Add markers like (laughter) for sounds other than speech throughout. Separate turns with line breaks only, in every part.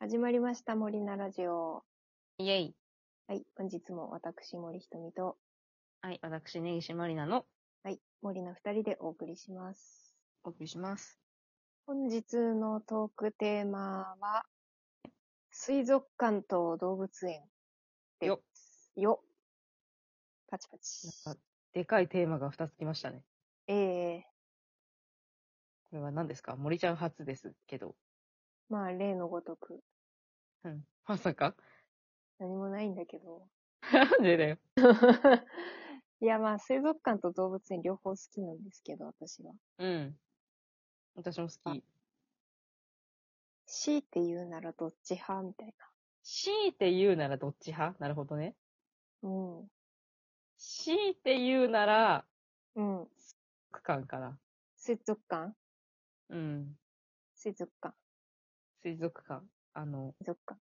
始まりました、森菜ラジオ。
イェイ。
はい、本日も私、森ひとみと、
はい、私、根岸まりなの、
はい、森菜二人でお送りします。
お送りします。
本日のトークテーマは、水族館と動物園です。
よ
よパチパチ。
なんか、でかいテーマが2つきましたね。
ええ
これは何ですか森ちゃん初ですけど。
まあ、例のごとく、
うん。まさか
何もないんだけど。 (laughs)
なんでだよ。
いや、まあ、水族館と動物園両方好きなんですけど、私は。
うん。私も好き。
強いて言うならどっち派みたい
強いて言うならどっち派なるほどね。
な。うん。
強いて言うなら、
うん。
区間かな。
水族館
うん。
水族館、
水族館。あの、
水族館。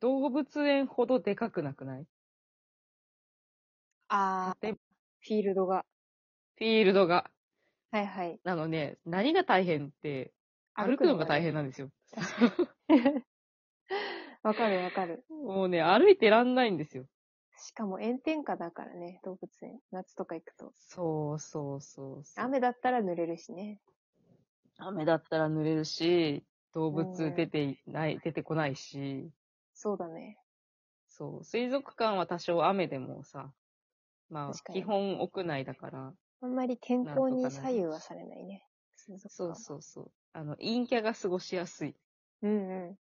動物園ほどでかくなくない
あ
例えば
フィールドが。
フィールドが。
はいはい。
なのね、何が大変って、歩くのが大変なんですよ。
変。わかるわかる。
もうね、歩いてらんないんですよ。
しかも炎天下だからね、動物園。夏とか行くと。
そうそうそうそう。
雨だったら濡れるしね。
雨だったら濡れるし、動
う
物
ん
出ていない、出てこないし、
そうだね。
そう。水族館は多少雨でもさ、ま
確
あ、
かに
基本屋内だから、
あんまり天候
な
に
んとかなる
左右はされないね。水族
そう
館
そうそう。あの、陰キャが過ごしやすい。
う。うんう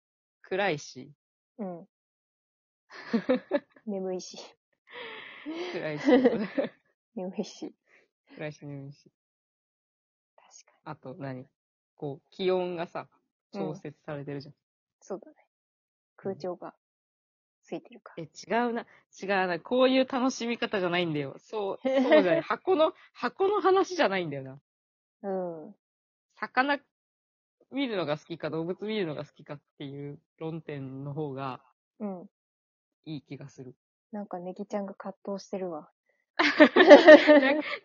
暗いし、 (laughs)
ん。うん。眠いし。
暗 (laughs) いし、
眠いし。
暗いし眠いし。
確かに。
あと何、こう、気温がさ、
うん
調節されてるじゃん。
そうだね。空調がついてるから。
え、違うな、違うな、こういう楽しみ方じゃないんだよ。そう、そうじゃ (laughs) ない。箱の、箱の話じゃないんだよな。
うん。
魚見るのが好きか動物見るのが好きかっていう論点の方が
うん。
いい気がする。
なんかネギちゃんが葛藤してるわ。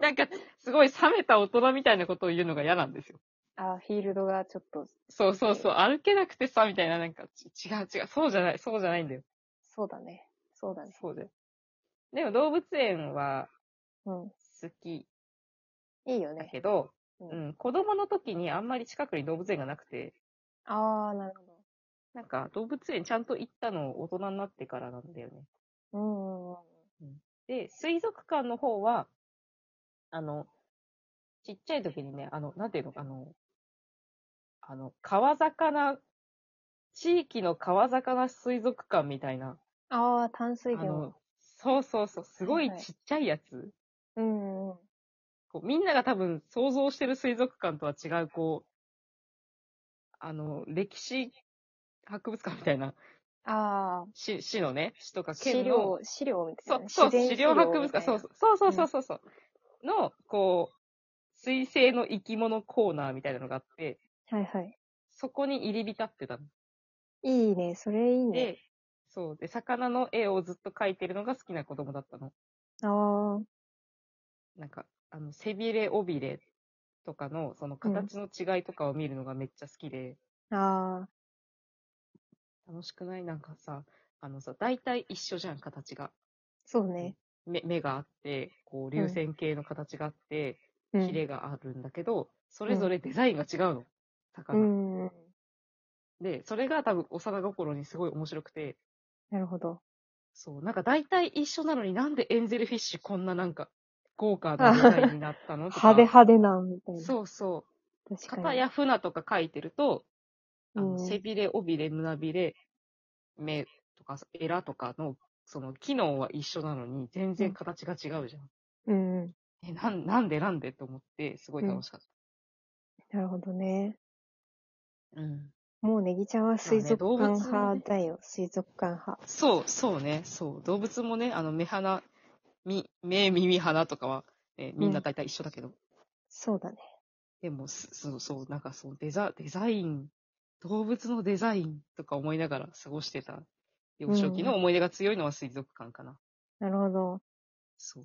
なんか、すごい冷めた大人みたいなことを言うのが嫌なんですよ。
あ、フィールドがちょっと、
そうそうそう、歩けなくてさ、みたいな、なんか、ち違う違う、そうじゃない、そうじゃないんだよ。
そうだね。そうだね。
そうで。でも動物園は
う
好き
ん。いいよ
だ
ね。
けど、
う。
うんん、子供の時にあんまり近くに動物園がなくて、
ああ、なるほ
なんか動物園ちゃんと行ったの大人になってからなんだよね。
ど。うんうんうん。
で、水族館の方は、あの、ちっちゃい時にね、あの、なんていうの、あの、あの、川魚、地域の川魚水族館みたいな、
ああ、淡
あ
水魚。
の、そうそうそう、すごい
はいはい
ちっちゃいやつ、
うんうん。
こうみんなが多分想像してる水族館とは違う、こう、あの、歴史博物館みたいな、
ああ、
市市のね、市とか
資
県
料、
の、
資料みた
そ
いうな。、
そう、
自然
資料博物館、そう
みたいな
そうそうそうそうそう、の、こう、水星の生き物コーナーみたいなのがあって、
はいはい。
そこに入り浸ってたの。
いいね、それいいね。
で、そう、で、魚の絵をずっと描いてるのが好きな子供だったの。
あ
なんか、あの、背びれ、尾びれとかの、その形の違いとかを見るのがめっちゃ好きで、
あ、ああ、
楽しくないなんかさ、あのさ、大体一緒じゃん、形が。
そうね。
目目があって、こう、流線形の形があって、
うん
ヒレがあるんだけど、それぞれデザインが違うの。
う
魚、
んうん。
で、それが多分幼心にすごい面白くて、
なるほど。
そう、なんか大体一緒なのになんでエンゼルフィッシュこんななんか豪華なデザインになったのとか。
派手派手な、みたいな。
そうそう。
確かに。
肩や船とか書いてると、あ
う
の
ん
背びれ、尾びれ、胸びれ、目とか、エラとかの、その機能は一緒なのに全然形が違うじゃん。
うんうん。
え、なんなんでなんでと思って、すごい楽しかっ
なるほどね。
た。うん。
もうネギちゃんは水族
まあ
館
ね動物も
派
ね
だよ、水族館派。
そう、そうね、そう。動物もね、あの、目鼻、み、目、耳、鼻とかは、ね、みんな大体一緒だけど。
そうだね。
でも、すそう、そう、なんかそのデザ、デザイン、動物のデザインとか思いながら過ごしてた幼少期の思い出が強いのは水族館かな。
なるほど。
そう。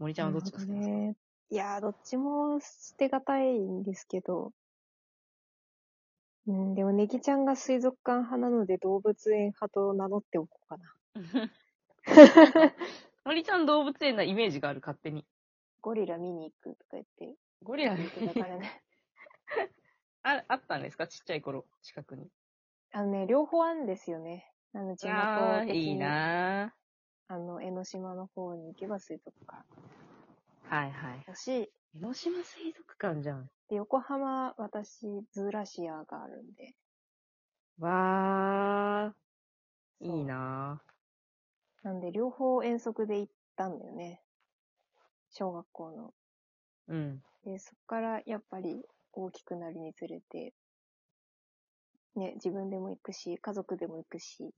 森ちゃんはどっちが好き
な
で
る
す
ほ
か、
どね。いやー、どっちも捨てがたいんですけど、うん、でも、ネギちゃんが水族館派なので動物園派と名乗っておこうかな。
(laughs) 森ちゃん動物園なイメージがある、勝手に。
ゴリラ見に行くとか言って、
ゴリラ見
言ってたからね。
ああったんですかちっちゃい頃、近くに。
あのね、両方あるんですよね。あの、地
あ
元
ー
的に
いいな
あの、江ノ島の方に行けば水族館
ーはいはい。
だし、
江ノ島水族館じゃん。
で、横浜、私、ズーラシアがあるんで。
わー、
そう
いいな
なんで、両方遠足で行ったんだよね。小学校の。
ー。うん。
で、そっからやっぱり大きくなるにつれて、ね、自分でも行くし、家族でも行くし、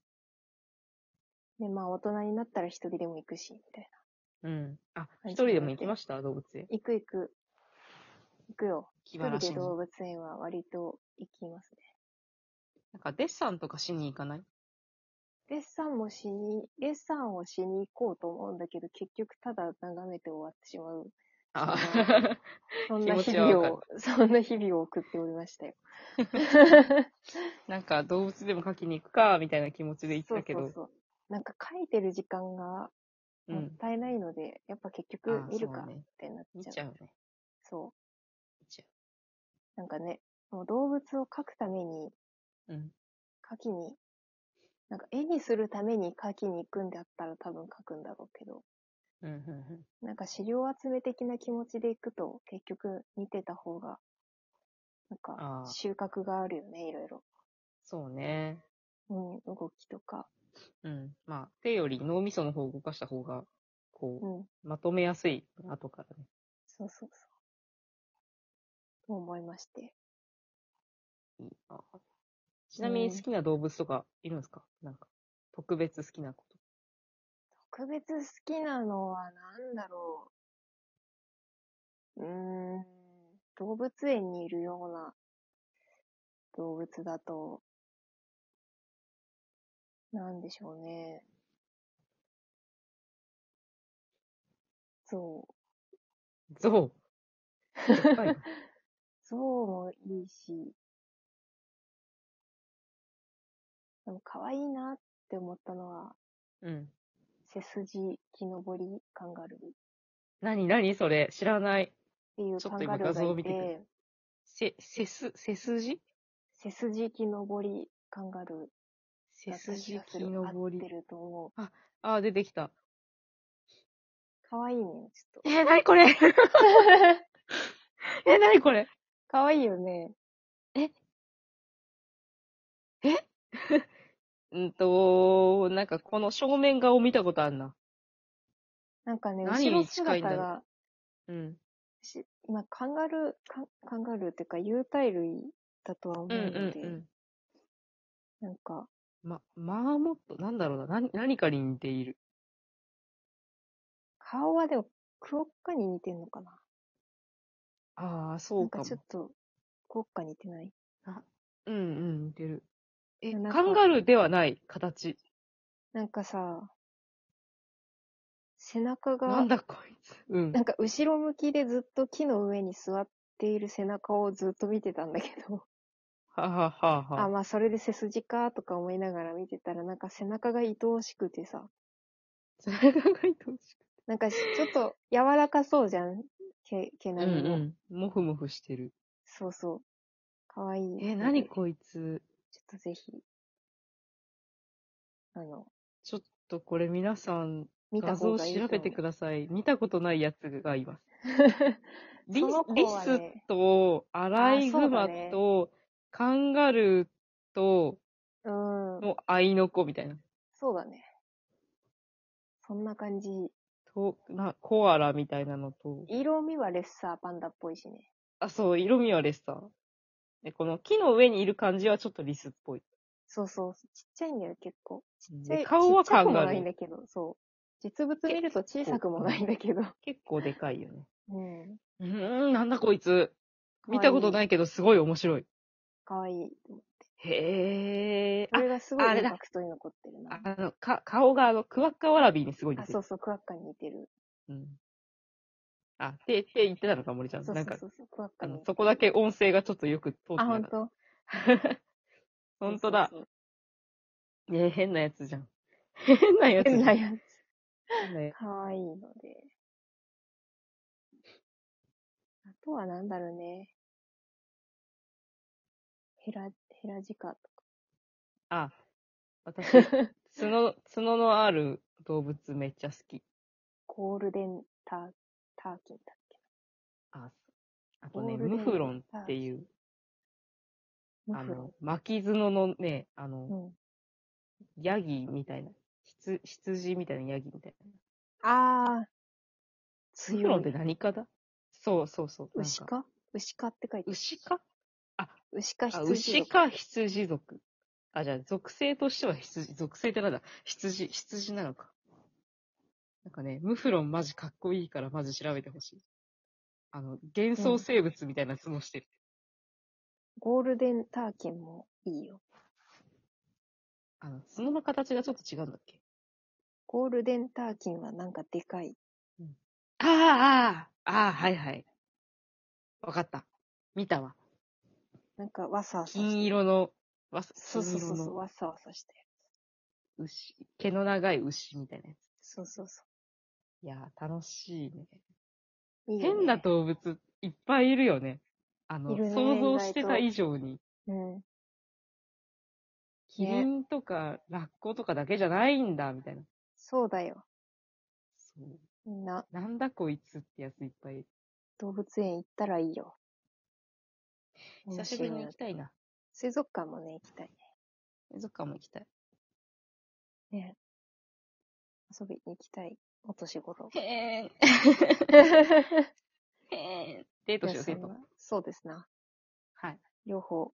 で、まあ大人になったら一人でも行くし、みたい
うん。あ、
はい
一人でも行きました動物園。
な。行く行く。行くよ。
気
一
晴
人
らし
で
に。
動物園は割と行きますね。
なんかデッサンとかしに行かない
デッサンもしに、デッサンをしに行こうと思うんだけど、結局ただ眺めて終わってしまう。
あ
そ
ー (laughs)
そんな日
気持ちは
々
わ
を、そんな日々を送っておりました
(laughs)
よ。
なんか動物でも描きに行くか、みたいな気持ちで行っ
そ
た
う
け
そ
ど。
うそう。なんか書いてる時間が
う
もっ
ん。
たいないので、やっぱ結
あ
局
ー
見るか
そう
っ
ね。
てなっ
見
ちゃう。
ちゃうね。
そ
見ちゃ
う。なんかね、もう動物を描くために、
う。うん。
描きに、なんか絵にするために描きに行くんだったら多分描くんだろうけど、
うん、うん、うん。
なんか資料集め的な気持ちで行くと結局見てた方が、なん
あ
か
ー
収穫があるよね、いろいろ。
そうね。
うん、動きとか。
うん。まあ、手より脳みその方を動かした方が、こ
うん、
う、まとめやすい、後からね。
そうそうそう。と思いまして。
いいなぁちなみに好きな動物とかいるんですか、なんか、特別好きなこ
特別好きなのは何だろう。うーん、動物園にいるような動物だと、なんでしょうね。ゾウ。
と。ゾウでっかいな
ゾウもいいし、でも可愛いなって思ったのは、
(laughs) うん。
背筋木登りカンガルーっ
なになにそれ知らない。
ていう
ちょ
カ
っ
ン
と
ガ
今
ルー
画像
が
を
い
見てくる
て、
せ、せす、背筋
背筋木登りカンガルー。
背
だった気
筋
がす
木
る
登
合っ
り
て。ると思う。
あー、出てきた。
かわいいね、ちょっと。
えー、なにこれ (laughs) えー、なにこれ
かわいいよね。
うんとなんかこの正面顔見たことあんな。
なんかね、
何
後ろ
に近いんだろ
姿が、
ううん。
しまあ、カンガルー、カンカンガルーっていうか、有袋類だとは思う
うんうん
ので、
うん。
なんか、
ま、マーモット、なんだろうな、な、何かに似ている。
顔はでも、クオッカに似てんのかな
ああ、そ
なん
うか
か
も
ちょ。っと、クオッカ似てない
うんうん、似てる。え、
なんか
カンガルーではない形。
なんかさ、背中
な
が
ん、だこいつ。うん
な。んか後ろ向きでずっと木の上に座っている背中をずっと見てたんだけど、
はははは
あ、まあそれで背筋かとか思いながら見てたら、なんか背中が愛おしくてさ、
それが書いてほしい。
なんかしちょっと柔らかそうじゃん毛、毛
う
並みも。
んうん。もふもふしてる。
そうそう。かわいい。
え、なにこいつ。
ちょっとぜひ、あの、
ちょっとこれ皆さん、
見た
画
方
像
がいいと
調
思う。
べてください。見たことないやつがい
(laughs)
ます。リ
そ
ス
の子
リ
は
ス
ね、
と、アライグ
あ
マ
ー
と、カンガルーと、
うん。
の愛の子みたいな。
そうだね。そんな感じ。
と、な、コアラみたいなのと、
色味はレッサーパンダっぽいしね。
あ、そう、色味はレッサー。で、この木の上にいる感じはちょっとリスっぽい。
そうそう。ちっちゃいんだよ、結構。ちっちゃ
で
い
顔は
ちっちゃ
カ
く
ン
も
ガ
な
ル
いん
ー。
だけど、そう。実物見ると小さくもないんだけど。
結構でかいよね。
うん。。
うーん、なんだこいつ。見たことないいけど、すごい面白い。
かわいい。
へえ。
これがすごい
ああ
イ
れ
ン
だ
パクトに残ってるな。
あ、あの、か、顔があの、クワッカワラビーにすごい似
あ、
て
そ
る。
うそう、クワッカに似てる。
うん。あ、て、て言ってたのか、森ちゃん。
そう
な
そう
んか、
そうそう、クワッカ
あ
に
の
似、て
そ
る。
こだけ音声がちょっとよく通って
あ、
なか
ほ
っ
ん
た。
と
ほんとだ。
そう
え、変なやつじゃん。 (laughs) 変な
そ
や
う
つじゃ
変
ん。
なや
変なや
つ。かわいいので。あとはなんだろうね。ヘラ、ヘラジカと
あ、
(laughs)
私、角、角のある動物めっちゃ好き。
ゴールデンター、ターキンだっけ
あ、あとね、
ゴールデ
ム
ン
フロンっていう、
な。
あ
ムフロ
の、巻き角のね、あ
ン。う
の、
ん。
ヤギみたいな、羊羊みたいなヤギみたいな。
あー。
ムフロ
強
ンって
い。
何かだそうそうそう。なん
牛
か
か牛かって書いてある。
牛か
牛か
あ、
羊。
牛。か羊族。あ、じゃあ、属性としては羊、属性ってなんだ羊、羊なのか。なんかね、ムフロンマジかっこいいからマジ調べてほしい。あの、幻想生物みたいな角してる。
ゴールデンターキンもいいよ。
あの、角の形がちょっと違うんだっけ
ゴールデンターキンはなんかでかい。
ああ、ああ、ああ、はいはい。わかった。見たわ。
なんかわさわさしてる。
金色の、わす
そうそうそうそ
金色
う、
の
わさわさしてる。
牛、毛の長い牛みたいなや
そうそうそ
つ。いやー、楽しいね。
う。いいよね
変な。動物いっぱいいるよね。あの、
いるね
想像してた以上に。
うん。
キリンとかラッコとかだけじゃないんだ、みたいな。
そうだよ。
そう。
みんな、
なんだこいつってやついっぱいいる。
動物園行ったらいいよ。
久しぶりに行
面白い
きたいな。
水族館もね、行きたい
水族館も行きたい。
ね。ね。遊びに行きたい。お年
(laughs)
頃。
へーん。へーん。デート
い
しよ
や
う、デ
そ
ー
ん
ト
な。そうですな。
はい。
両方